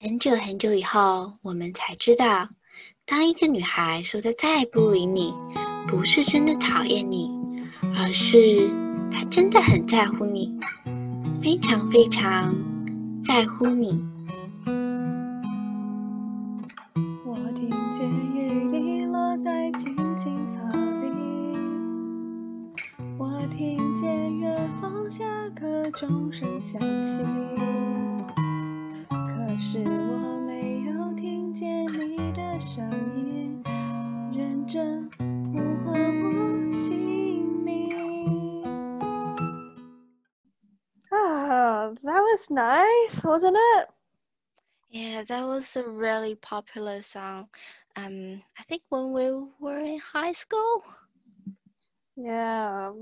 很久很久以后，我们才知道，当一个女孩说她再不理你，不是真的讨厌你，而是她真的很在乎你，非常非常在乎你。我听见雨滴落在青青草地，我听见远方下课钟声响起，可是我没有听见你的声音，认真呼唤我姓名。啊 Ah, that was nice, wasn't it? Yeah, that was a really popular song. Um, I think when we were in high school. Yeah.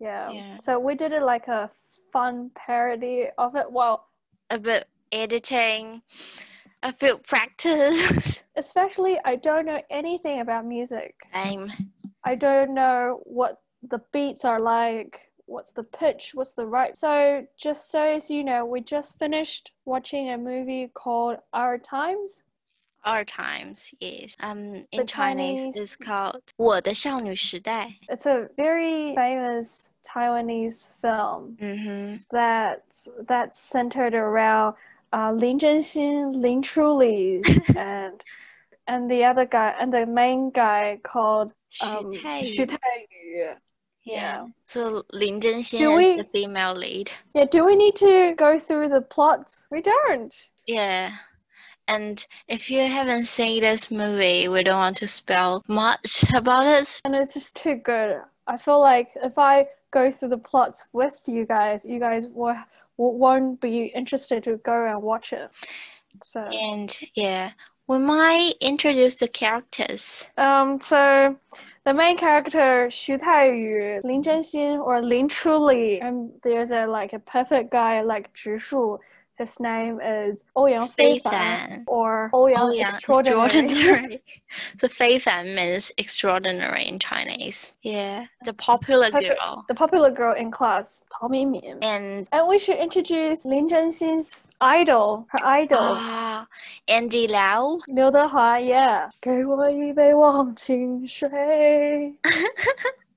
Yeah. Yeah. So we did it like a fun parody of it. Well, a bit editing, a bit practice. especially I don't know anything about music. Same. I don't know what the beats are like, what's the pitch, what's the right. So, just so as you know, we just finished watching a movie called Our Times. Our times, yes. Um, in The Chinese, Chinese- it's called 我的少女时代. It's a very famous Taiwanese film Mm-hmm. that that's centered around uh, Lin Zhenxin, Lin Truly, and and the other guy and the main guy called um, Xu Taiyu. Yeah. So Lin Zhenxian is Do we- the female lead. Yeah, do we need to go through the plots? We don't. Yeah. And if you haven't seen this movie, we don't want to spell much about it. and it's just too good. I feel like if I go through the plots with you guys, you guys will, won't be interested to go and watch it. So, And yeah, we might introduce the characters. um, so the main character Xu Taiyu, Lin Zhenxin or Lin Chuli, and there's a like a perfect guy like Zhi Shu. His name is Ouyang Fei Fan Fan. Oh, or Ouyang yeah, Extraordinary. extraordinary. so Fei Fan means extraordinary in Chinese. Yeah, the popular Popular- girl. the popular girl in class, Tao Mingmin. And And we should introduce Lin Zhenxin's idol, her idol, Oh. ah, Andy Lau. 刘德华耶！给我一杯忘情水，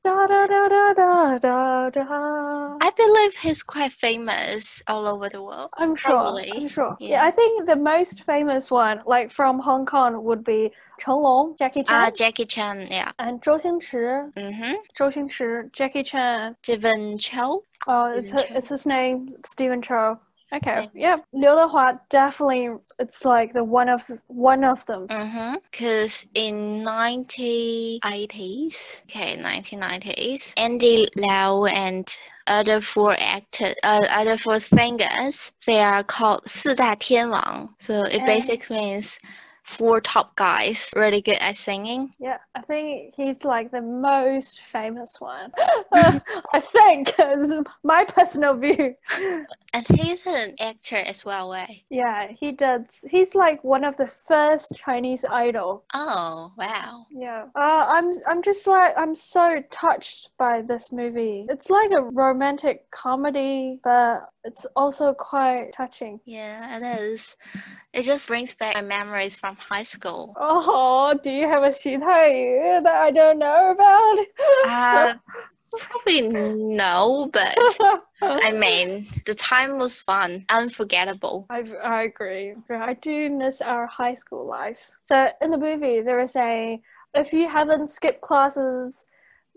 哒哒哒哒哒哒哒。 I believe he's quite famous all over the world. I'm sure. Probably, I'm sure. Yeah. yeah. I think the most famous one, like from Hong Kong, would be Chen Long, Jackie Ah, Chan, Jackie Chan. Yeah. and 周星驰。 Mm-hmm. 周星驰，Jackie Chan. Stephen Chow. Oh, is his, Stephen Chow. is his name Stephen Chow? Okay. Yeah. Yes. Liu Dehua definitely. It's like the one of one of them. Mm-hmm. Cause in 1980s, okay, 1990s, Andy Lau and other four actors, uh, other four singers, they are called 四大天王. So it Yeah. basically means four top guys really good at singing. Yeah, I think he's like the most famous one. I think is my personal view. And he's an actor as well, right? Yeah, he does. He's like one of the first Chinese idol. Oh, wow. Yeah. Uh, I'm I'm just like I'm so touched by this movie. It's like a romantic comedy, but it's also quite touching. Yeah, it is. It just brings back my memories from high school. Oh, do you have a Xu Taiyu that I don't Uh, know about? probably no, but I mean, the time was fun, unforgettable. I, I agree. I do miss our high school lives. So in the movie, there is a if you haven't skipped classes,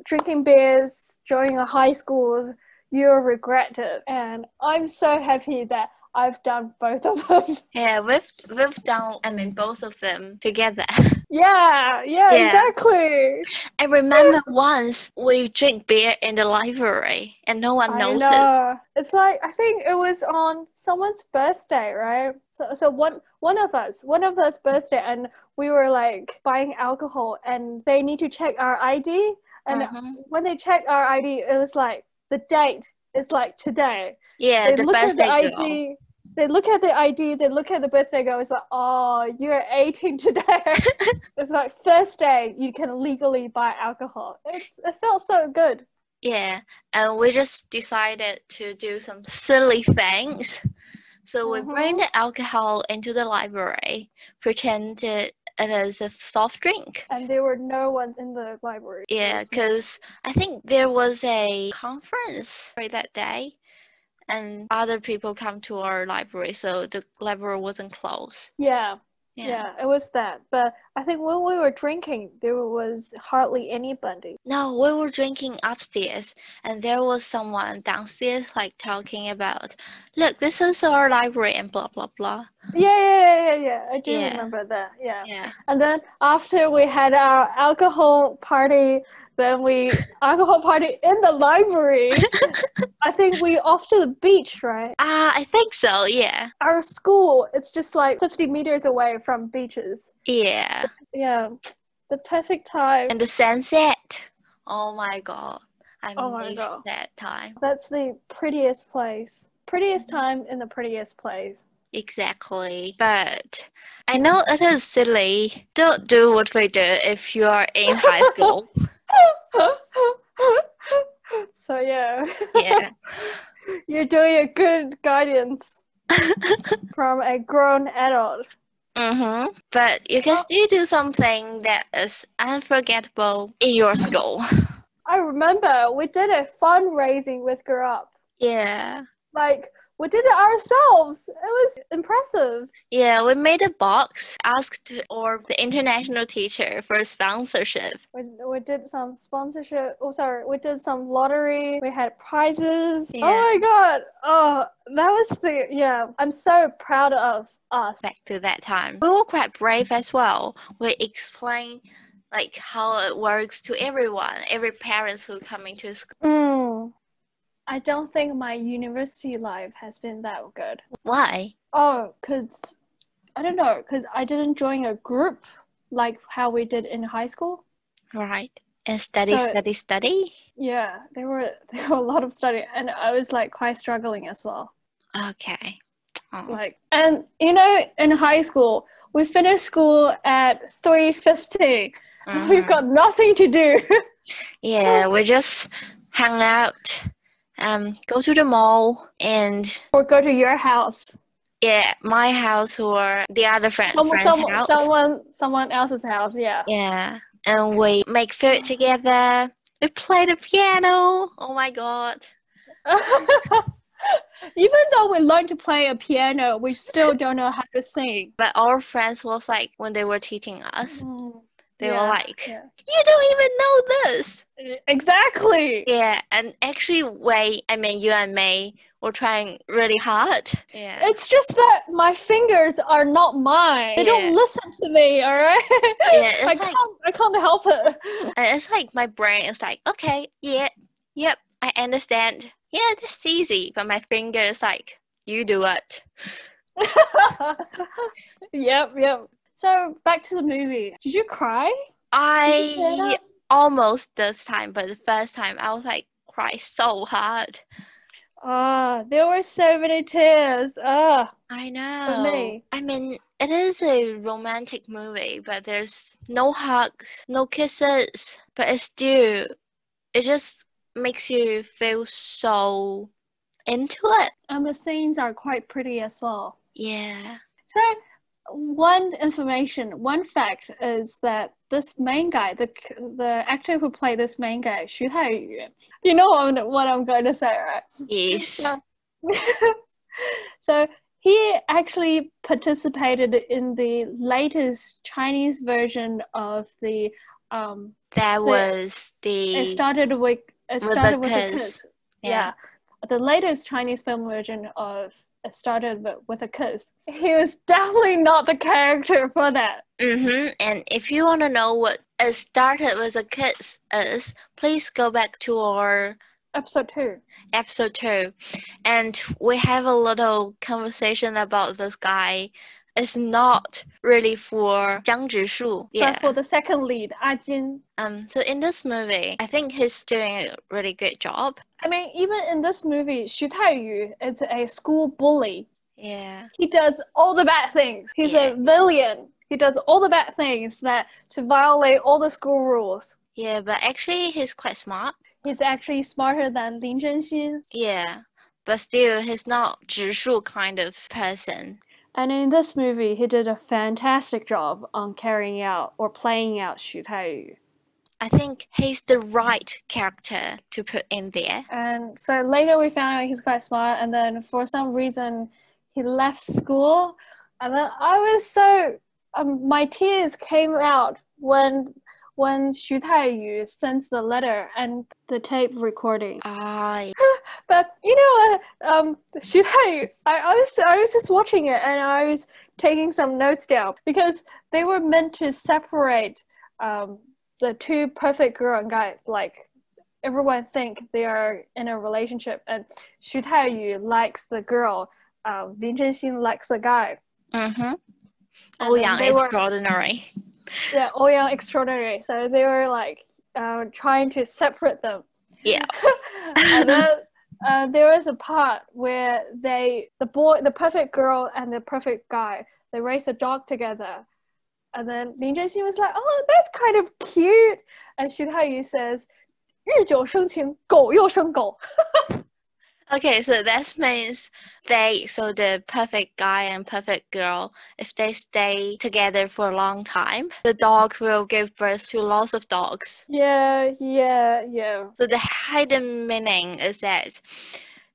drinking beers during a high school, you'll regret it. And I'm so happy that I've done both of them. Yeah, we've we've done. I mean, both of them together. yeah, yeah, Yeah. exactly. I remember once we drink beer in the library, and no one I knows it. know. It's like I think it was on someone's birthday, right? So so one one of us, one of us birthday and we were like buying alcohol and they need to check our ID and Mhm. when they checked our ID it was like the date is like today. Yeah, they the look at best the day girl. ID they look at the ID, they look at the birthday girl, it's like, oh, you're 18 today. it's like first day you can legally buy alcohol. It's, it felt so good. Yeah, and we just decided to do some silly things So we bring Mhm. the alcohol into the library, pretend it, it is a soft drink. and there were no ones in the library. It Yeah, was- because I think there was a conference for that day, and other people come to our library, so the library wasn't closed. yeah, yeah, it was that. But I think when we were drinking, there was hardly anybody. No, we were drinking upstairs, and there was someone downstairs like talking about, look, this is our library and blah blah blah. Yeah, yeah, yeah, yeah. yeah. I do Yeah. remember that. Yeah. Yeah. And then after we had our alcohol party, then we alcohol party in the library. I think we off to the beach, right? Ah, I think so. Yeah. Our school, it's just like 50 meters away from beaches. Yeah. Yeah, the perfect time. And the sunset. Oh my god. I Oh my missed God. that time. That's the prettiest place. Prettiest time in the prettiest place. Exactly. But I know it is silly. Don't do what we do if you are in high school. so yeah, Yeah. you're doing a good guidance from a grown adult. Mm-hmm. But you can still do something that is unforgettable in your school. I remember we did a fundraising with Grow Up. Yeah. Like we did it ourselves. It was impressive. Yeah, we made a box, asked or the international teacher for sponsorship. We, we did some sponsorship. Oh, sorry. We did some lottery. We had prizes. Yeah. Oh my god. Oh, that was the yeah. I'm so proud of us. back to that time. We were quite brave as well. We explained like how it works to everyone, every parents who coming to school. Mm. I don't think my university life has been that good. Why? Oh, cause I don't know, cause I didn't join a group like how we did in high school. Right. And study, So- study, study. Yeah, there were there were a lot of study, and I was like quite struggling as well. Okay. Oh. Like, and you know, in high school, we finished school at three fifty. We've Mhm. got nothing to do. Yeah, we just hang out, um, go to the mall and or go to your house, yeah, my house or the other friend, someone, friend's someone, house. someone, someone else's house. Yeah. Yeah. And we make food together. We play the piano. Oh my god. Even though we learned to play a piano, we still don't know how to sing. But our friends was like when they were teaching us, Mm, they Mm-hmm. yeah, were like, yeah. "You don't even know this." Exactly. Yeah, and actually, Wei, I mean you and May were trying really hard. Yeah, It's just that my fingers are not mine. They Yeah. don't listen to me, all right? yeah. I It's like can't I can't help it. and it's like my brain is like, okay, yeah, yep, I understand. Yeah, this is easy, but my finger is like, you do it. yep, yep. So back to the movie. Did you cry? Did you tear I up? almost this time, but the first time I was like cry so hard. Ah, there were so many tears. Ah, I know. me. I mean, it is a romantic movie, but there's no hugs, no kisses, but it's still, it just makes you feel so into it. and the scenes are quite pretty as well. Yeah. So, one information, one fact is that this main guy, the the actor who played this main guy, Xu Taiyue, you know what I'm, what I'm going to say, right? Yes. so he actually participated in the latest Chinese version of the. Um, That was the. it started with it With a started with a kiss. kiss. Yeah. yeah, the latest Chinese film version of it started with- with a kiss. He was definitely not the character for that. Mm-hmm. And if you want to know what it started with a kiss is, please go back to our Episode two. episode two, and we have a little conversation about this guy. It's not really for Jiang Zhishu. Yeah. But for the second lead, Ah Jin. Um. So in this movie, I think he's doing a really good job. I mean, even in this movie, Xu Taiyu is a school bully. Yeah. He does all the bad things. He's Yeah. a villain. He does all the bad things that to violate all the school rules. Yeah, but actually he's quite smart. He's actually smarter than Lin Zhenxin. Yeah. but still he's not 植树 kind of person. And in this movie, he did a fantastic job on carrying out or playing out Xu Taiyu. I think he's the right character to put in there. And so later we found out he's quite smart, and then for some reason, he left school. And then I was so. Um, my tears came out when when Xu Taiyu sends the letter and the tape recording. I But you know what? Um, should I? I, I was I was just watching it and I was taking some notes down because they were meant to separate um, the two perfect girl and guy. Like everyone think they are in a relationship, and Xu Taiyu likes the girl, um, Lin Zhenxin likes the guy. mm-hmm. And then Ouyang they is were- extraordinary. Yeah, Ouyang extraordinary. So they were like um, trying to separate them. Yeah. and then uh, there was a part where they, the boy, the perfect girl and the perfect guy, they race a dog together. And then Lin Zhenxin was like, "Oh, that's kind of cute." And Xu Taiyu says, "日久生情，狗又生狗." Okay, so that means they, so the perfect guy and perfect girl, if they stay together for a long time, the dog will give birth to lots of dogs. Yeah, yeah, yeah. So the hidden meaning is that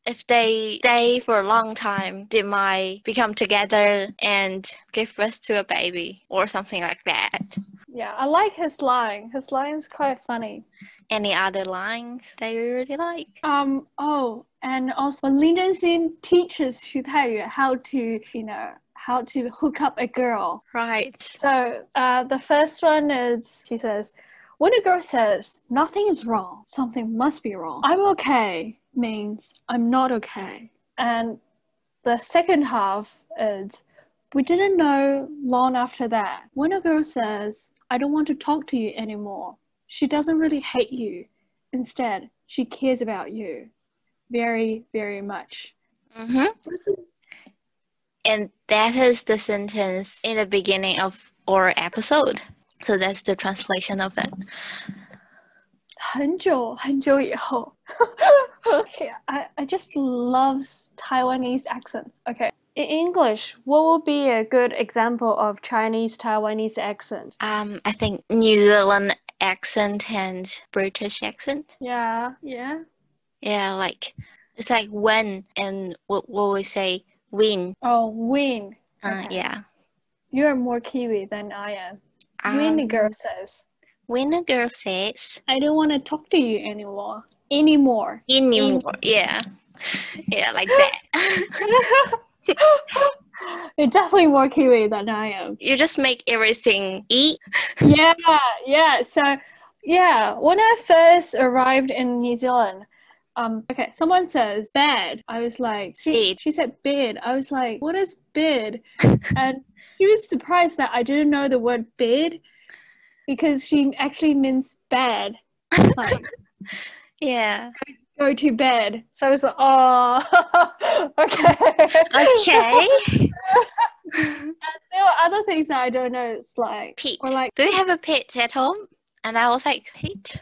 if they stay for a long time, they might become together and give birth to a baby or something like that. Yeah, I like his line. His line's quite funny. Any other lines that you really like? Um. Oh, and also when Lin Zhenxin teaches Xu Taiyu how to, you know, how to hook up a girl. Right. So uh, the first one is she says, when a girl says nothing is wrong, something must be wrong. I'm okay means I'm not okay. And the second half is, we didn't know long after that. When a girl says, I don't want to talk to you anymore, she doesn't really hate you. Instead, she cares about you very, very much. Mm-hmm. This is And that is the sentence in the beginning of our episode. So that's the translation of it. 很久很久以后。okay, I, I just loves Taiwanese accent. Okay. In English, what would be a good example of Chinese Taiwanese accent? Um, I think New Zealand accent and British accent. Yeah, yeah. Yeah, like it's like when and what what we say win. Oh, win. Uh, Okay. yeah. You're more Kiwi than I am. Win the Um, girl says, When a girl says I don't want to talk to you anymore. Anymore. anymore. Yeah. Yeah, like that. You're definitely more Kiwi than I am. you just make everything eat. yeah, yeah. So, yeah, when I first arrived in New Zealand, um, okay, someone says bed. I was like, she, Bed. she said bed. I was like, what is bed? and she was surprised that I didn't know the word bed because she actually means bed, like Yeah. go to bed. So I was like, oh, okay. Okay. there were other things that I don't know. It's like, Pete. or like, Do you have a pet at home? And I was like, Pete?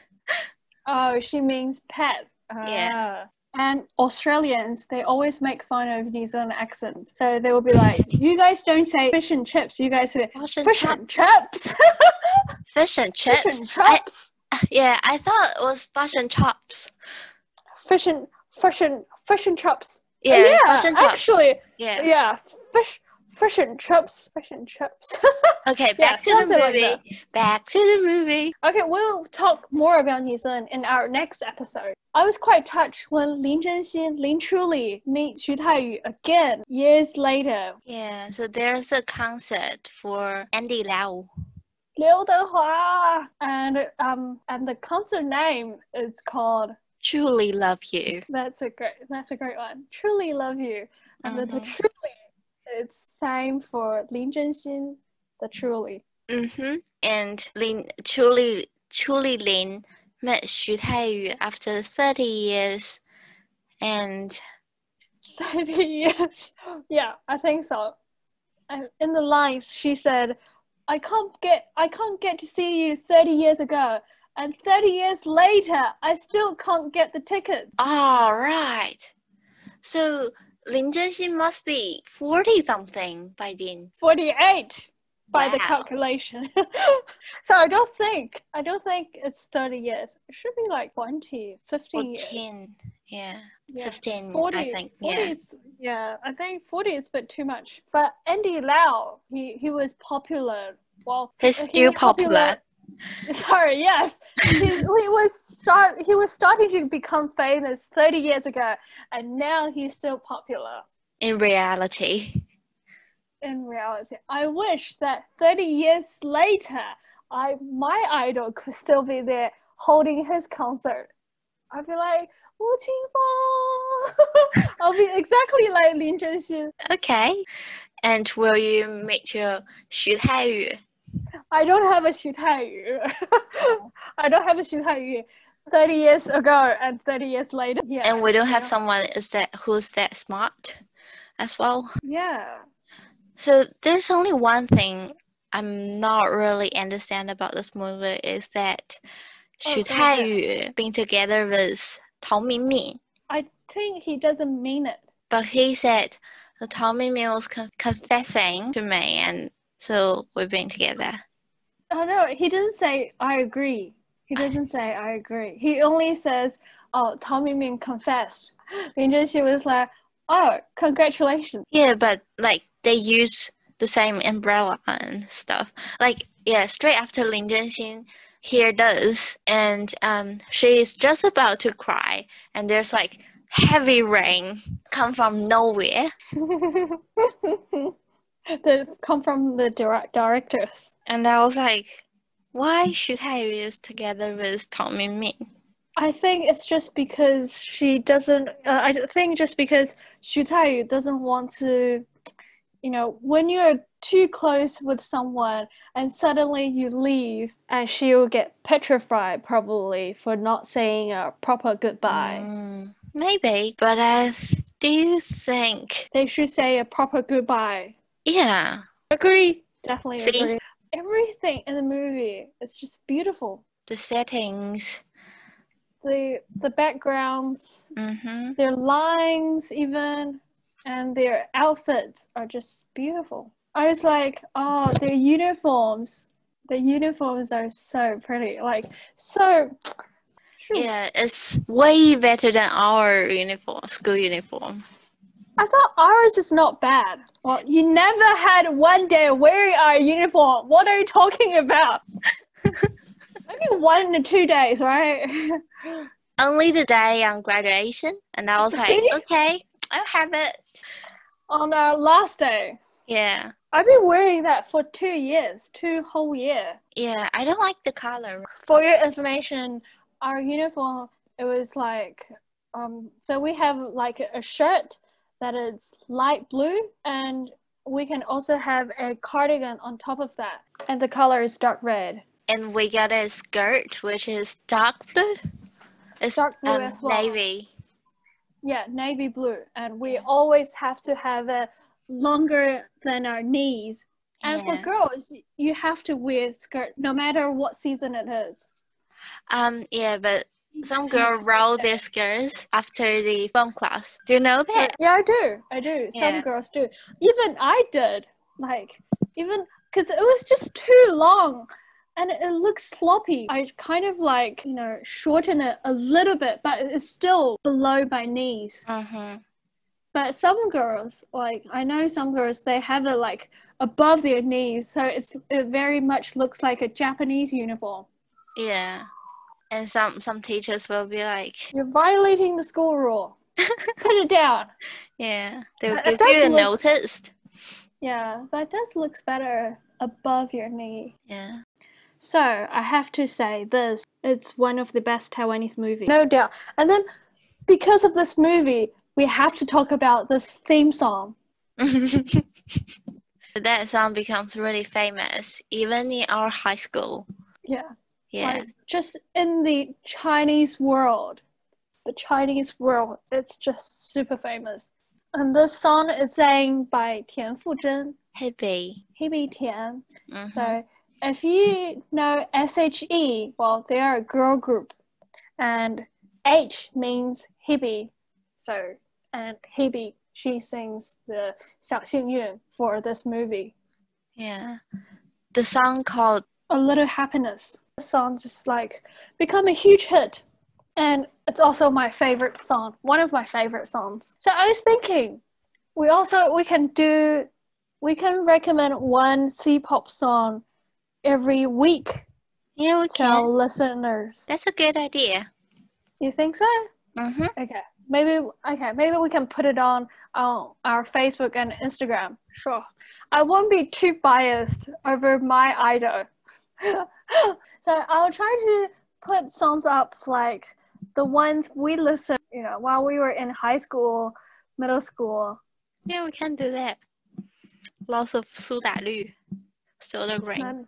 Oh, she means pet. Yeah. Ah. And Australians, they always make fun of New Zealand accent. So they will be like, "You guys don't say fish and chips. You guys say Fish and fish chips. and chips, Fish and fish chips. and chips, Yeah, I thought it was fish and chops. fish and fish and fish and chips." Yeah, yeah fish and chops. actually, yeah. yeah. fish fish and chips, fish and chips. Okay, Yeah, back to the something like movie. back to the movie. Okay, we'll talk more about New Zealand in our next episode. I was quite touched when Lin Zhenxin, Lin Truly meet Xu Taiyu again years later. Yeah, so there's a concert for Andy Lau. Liu Dehua, and um, and the concert name is called. Truly love you. That's a great. That's a great one. Truly love you, and the, the Mhm. truly, it's same for Lin Zhenxin. The truly. Mm-hmm. And Lin truly truly Lin met Xu Taiyu after 30 years and Thirty years. Yeah, I think so. And in the lines, she said, "I can't get. I can't get to see you thirty years ago." And 30 years later, I still can't get the ticket. all right. So Lin Zhenxin must be 40 something by then. 48 by the Wow. calculation. so I don't think I don't think it's 30 years. It should be like 20, 15 Or years. 10. Yeah. Yeah. 15, 40, I think. 40 Yeah. is, yeah, I think 40 is a bit too much. But Andy Lau, he, he was popular. Well, He's he still was Sorry, yes. he, he was start, he was starting to become famous 30 years ago, and now he's still popular in reality. in reality. I wish that 30 years later, I my idol could still be there holding his concert. I'd be like, Wu Qingfang. I'll be exactly like Lin Zhenxin. Okay. And will you meet your 徐太宇 I don't have a Xu Taiyu. I don't have a Xu Taiyu. 30 years ago and 30 years later. Yeah. and we don't have yeah. someone is that who's that smart as well. Yeah. So there's only one thing I'm not really understand about this movie is that Oh, 徐 go 太 ahead. 宇 being together with 陶明敏 I think he doesn't mean it. but he said the Tommy Mill was con- confessing to me, and so we've been together. Oh no, he doesn't say I agree. He doesn't say I agree. He only says, "Oh, Tommy Min confessed." And then she was like, "Oh, congratulations." Yeah, but like they use the same umbrella and stuff. Like yeah, straight after Lin Zhenxin here does, and um, she is just about to cry, and there's like heavy rain come from nowhere, they come from the direct directors. and I was like, why should I is together with Tommy Min? I think it's just because she doesn't. Uh, I think just because Xu Taiyu doesn't want to, you know, when you're too close with someone and suddenly you leave, and she'll get petrified probably for not saying a proper goodbye. Mm, maybe, but I do think They should say a proper goodbye. Yeah. Agree. Definitely See? agree. Everything in the movie is just beautiful. The settings. The the backgrounds, Mm-hmm. their lines even and their outfits are just beautiful i was like oh their uniforms the uniforms are so pretty like so Yeah, it's way better than our uniform, school uniform. i thought ours is not bad well you never had one day wearing our uniform what are you talking about only one to two days right Only the day on graduation, and I was like, See? okay, I'll have it. on our last day Yeah. i've been wearing that for two years two whole year Yeah, I don't like the color. for your information, our uniform it was like um so we have like a shirt that is light blue and we can also have a cardigan on top of that. And the color is dark red. And we got a skirt, which is dark blue. It's Dark blue um, as well. navy. Yeah, navy blue. And we Yeah. always have to have it longer than our knees. And yeah. for girls, you have to wear skirt no matter what season it is. um, yeah, but some girls roll roll their skirts after the film class. Do you know So- that? yeah, I do. I do. Yeah. Some girls do. Even I did. Like, even because it was just too long and it looks sloppy. I kind of like, you know, shorten it a little bit, but it's still below my knees. Mm-hmm. But some girls, like, I know some girls, they have it like above their knees. So it's, it very much looks like a Japanese uniform. Yeah. And some some teachers will be like, You're violating the school rule. Put it down. yeah, they'll But it give you a does look- notice. Yeah, but this looks better above your knee. Yeah. So I have to say this, it's one of the best Taiwanese movies. No doubt. And then because of this movie, we have to talk about this theme song. that song becomes really famous, even in our high school. Yeah. Yeah. Like just in the Chinese world. The Chinese world, it's just super famous. And this song is sang by Tian Fuzhen, Happy. Hebe Tian. Mhm. So if you know SHE, well, they are a girl group, and H means hippie. So and Hebe. She sings the 小幸运 for this movie. Yeah. The song called A Little Happiness. The song just like become a huge hit. And it's also my favorite song, one of my favorite songs. So I was thinking, we also we can do we can recommend one C pop song every week Yeah, we to can. our listeners. That's a good idea. You think so? Mm-hmm. Okay. Maybe okay, maybe we can put it on our, our Facebook and Instagram. Sure. I won't be too biased over my idol. so I'll try to put songs up like the ones we listened, you know, while we were in high school, middle school. Yeah, we can do that. Lots of 苏打绿, Solar Rain.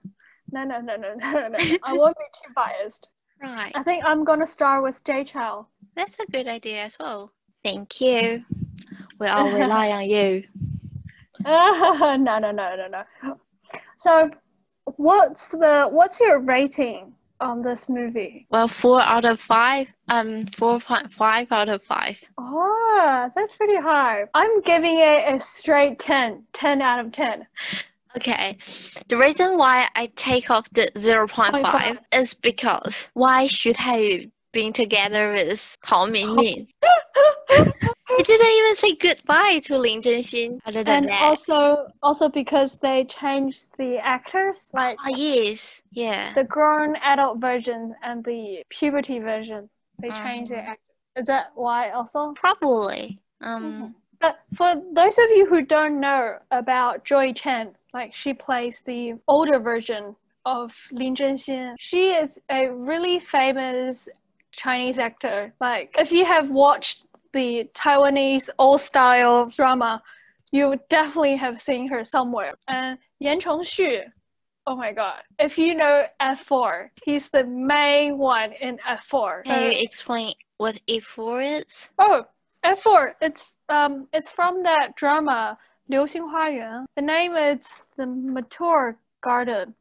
No, no, no, no, no, no, no. I won't be too biased. Right. I think I'm gonna start with J Chow. That's a good idea as well. Thank you. We all rely on you. no, no, no, no, no. So, what's the what's your rating on this movie? Well, four out of five. Um, four point five out of five. Ah, that's pretty high. I'm giving it a straight 10, 10 out of 10. Okay. The reason why I take off the 0.5 0.5. is because why should I been together with Tao Mingmin? he didn't even say goodbye to Lin Zhenxin. Other than and that, also also because they changed the actors, like oh yes, yeah, the grown adult version and the puberty version. They changed the Mhm. actors. Is that why also? probably. Um, But for those of you who don't know about Joy Chen, like she plays the older version of Lin Zhenxin. She is a really famous Chinese actor. Like if you have watched the Taiwanese old style drama, you would definitely have seen her somewhere. And Yan Chongxu, oh my god. If you know F4, he's the main one in F4. So- Can you explain what E4 is? Oh, F4. It's um, it's from that drama 流星花园. The name is the Mature Garden.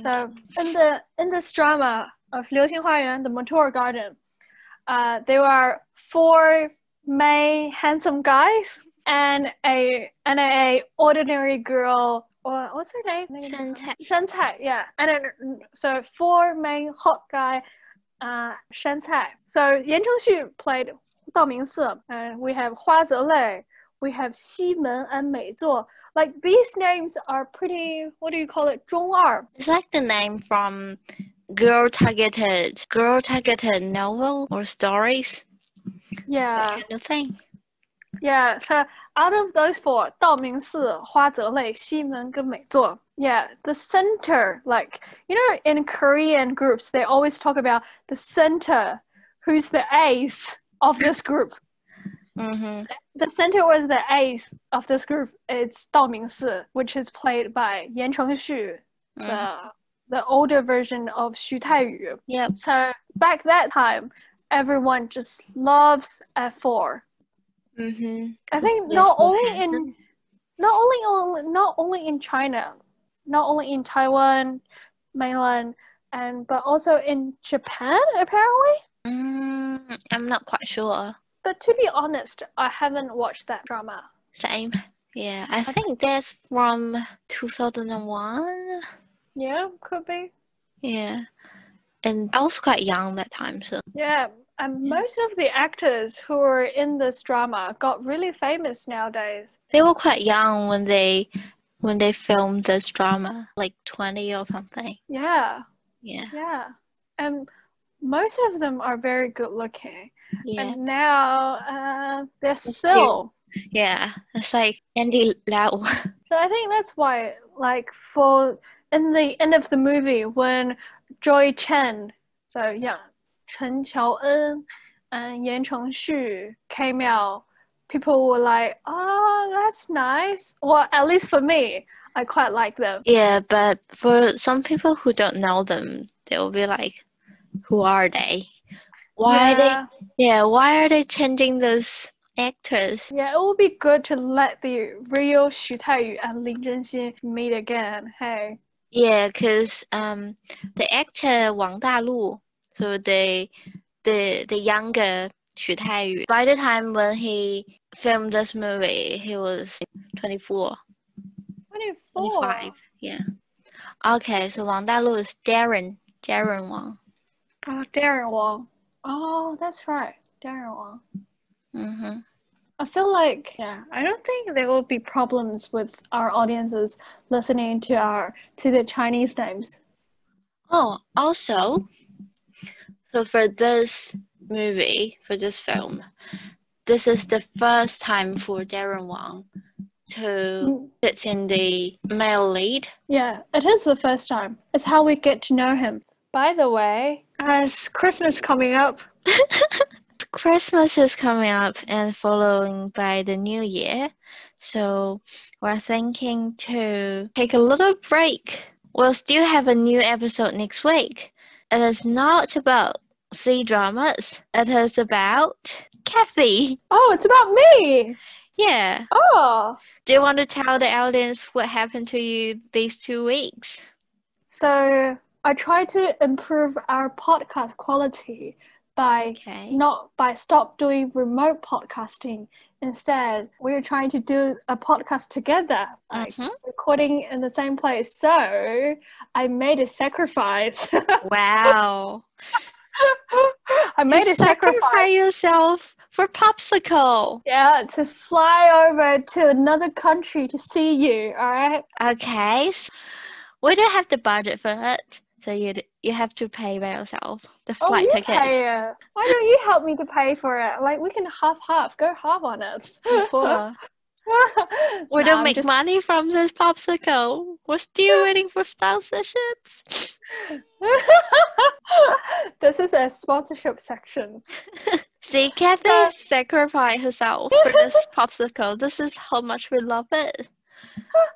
So in the in this drama of 流星花园, the Mature Garden, uh, there are four main handsome guys and a and a ordinary girl. Or what's her name? 身材. Shen Cai, yeah. And then, so four main hot guy, uh, Shen Cai. So Yan Chengxu played Dao Mingse, and we have Hua Zelei, we have Xi Men and Mei Zuo. Like these names are pretty, what do you call it, 中二. It's like the name from girl targeted, girl targeted novel or stories, that Yeah, kind of thing. yeah. So out of those four, Dao Mingse, Hua Zelei, Xi Men and Mei Zuo. Yeah, the center, like, you know, in Korean groups, they always talk about the center, who's the ace of this group. Mm-hmm. the center was the ace of this group. It's Dao Mingsi, which is played by Yan Chengxu, Mm-hmm. the the older version of Xu Taiyu. Yep. So back that time, everyone just loves F4. Mm-hmm. I think Yes, not they only have in them. not only on, not only in China, not only in Taiwan, mainland, and but also in Japan apparently. Mm, I'm not quite sure. But to be honest, I haven't watched that drama. Same. Yeah, I think that's from 2001. Yeah, could be. Yeah. And I was quite young that time, so. Yeah, and Yeah. most of the actors who were in this drama got really famous nowadays. They were quite young when they when they filmed this drama, like 20 or something. Yeah, Yeah. yeah. And most of them are very good looking. Yeah. And now uh, they're cute. still. Yeah, it's like Andy Lau. So I think that's why, like, for in the end of the movie when Joy Chen, so yeah, Chen Qiaoen and Yan Chengxu came out, people were like, "Oh, that's nice." Well, at least for me, I quite like them. Yeah, but for some people who don't know them, they'll be like, "Who are they? Why are yeah, they? Yeah, why are they changing those actors?" yeah, it would be good to let the real Xu Taiyu and Lin Zhenxin meet again. Hey, Yeah, because um, the actor Wang Dalu, so the the the younger Xu Taiyu, by the time when he filmed this movie, he was 24, 24. 25. Yeah. Okay, so Wang Dalu is Darren, Darren Wang. Oh, Darren Wong. Oh, that's right. Darren Wong. Mm-hmm. I feel like, yeah, I don't think there will be problems with our audiences listening to our to the Chinese names. Oh, also, so for this movie, for this film, this is the first time for Darren Wang to Mm, sit in the male lead. Yeah, it is the first time. It's how we get to know him. By the way, as Christmas coming up, Christmas is coming up and following by the new year, so we're thinking to take a little break. We'll still have a new episode next week. It is not about C dramas, it is about Kathy. oh, it's about me. Yeah. Oh, Do you want to tell the audience what happened to you these two weeks? so I try to improve our podcast quality by Okay. not by stop doing remote podcasting. Instead, we're trying to do a podcast together, like Mhm. recording in the same place. So I made a sacrifice. Wow. I made a sacrifice. yourself for popsicle. Yeah, to fly over to another country to see you. All right. Okay. s- We don't have the budget for it, so you d- you have to pay by yourself the Oh, flight you tickets. pay it. Why don't you help me to pay for it? Like we can half half. Go half on it. Poor. We Nah, don't I'm make just- money from this popsicle. We're still waiting for sponsorships. this is a sponsorship section. See, Kathy So- sacrificed herself for this popsicle. This is how much we love it.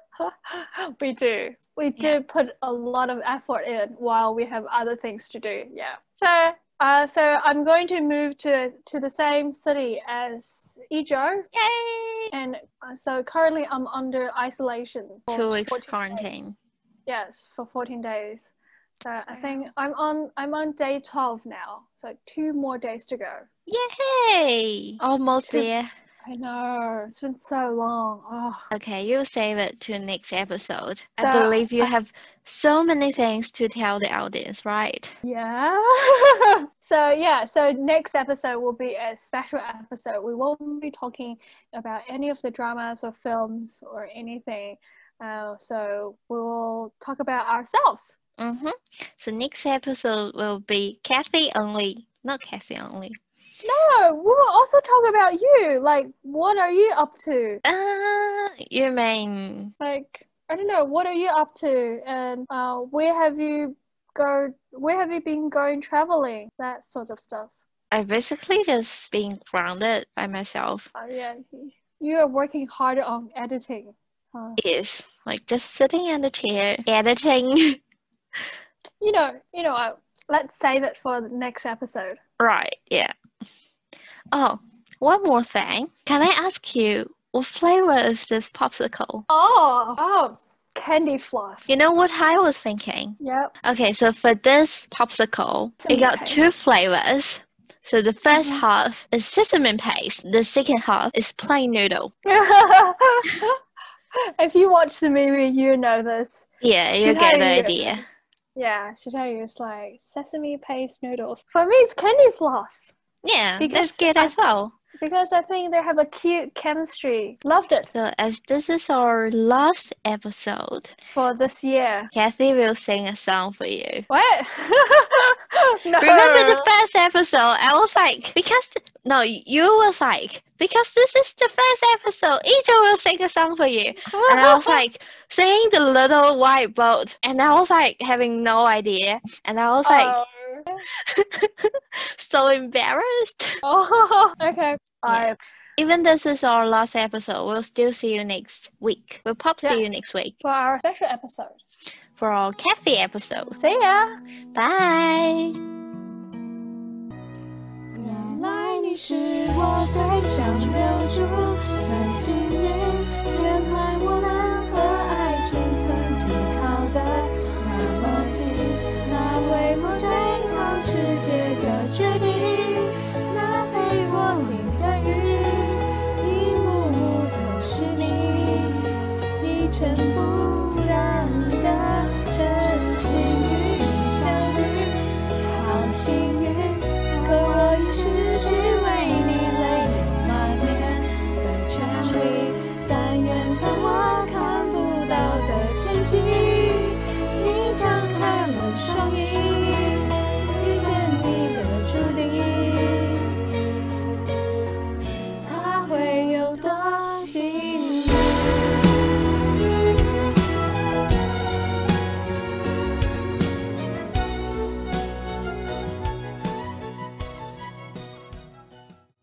we do. We do Yeah. put a lot of effort in while we have other things to do. Yeah. So, uh, so I'm going to move to to the same city as Ijo, Yay! and uh, so currently I'm under isolation. for Two weeks 14 days. quarantine. Yes, for 14 days. So I Wow. think I'm on I'm on day 12 now. So two more days to go. Yay! Almost Two- there. I know it's been so long. Oh. Okay, you'll save it to next episode. I So, believe you I- have so many things to tell the audience, right? Yeah. so yeah, so next episode will be a special episode. We won't be talking about any of the dramas or films or anything. Uh, so we will talk about ourselves. Mm-hmm. So next episode will be Kathy only. Not Kathy only. No, we will also talk about you. Like, what are you up to? Uh, you mean Like, I don't know, what are you up to? And uh, where have you go? Where have you been going traveling? That sort of stuff. I basically just being grounded by myself. Oh yeah, you are working hard on editing. Huh? Yes, like just sitting in the chair, editing. you know, you know what? Let's save it for the next episode. right, yeah. Oh, one more thing. Can I ask you, what flavor is this popsicle? Oh, oh, candy floss. You know what I was thinking? Yep. Okay, so for this popsicle, it Cinnamon got paste. two flavors. So the 1st Mhm. half is cinnamon paste. The second half is plain noodle. if you watch the movie, you know this. Yeah, you Should get the I- idea. Yeah, Shitayu is like sesame paste noodles. For me, it's candy floss Yeah, Because that's good I as well. because I think they have a cute chemistry. Loved it So as this is our last episode, for this year. Kathy will sing a song for you. What? no. Remember the first episode? I was like, because th- no, you was like, because this is the first episode. Each will sing a song for you. and I was like seeing the little white boat, and I was like having no idea, and I was like Oh. so embarrassed. Oh, okay. I Even this is our last episode, we'll still see you next week. We'll pop see you Yes. next week for our special episode. for our Kathy episode. See ya. Bye. 原来你是我最想留住的幸运，原来我们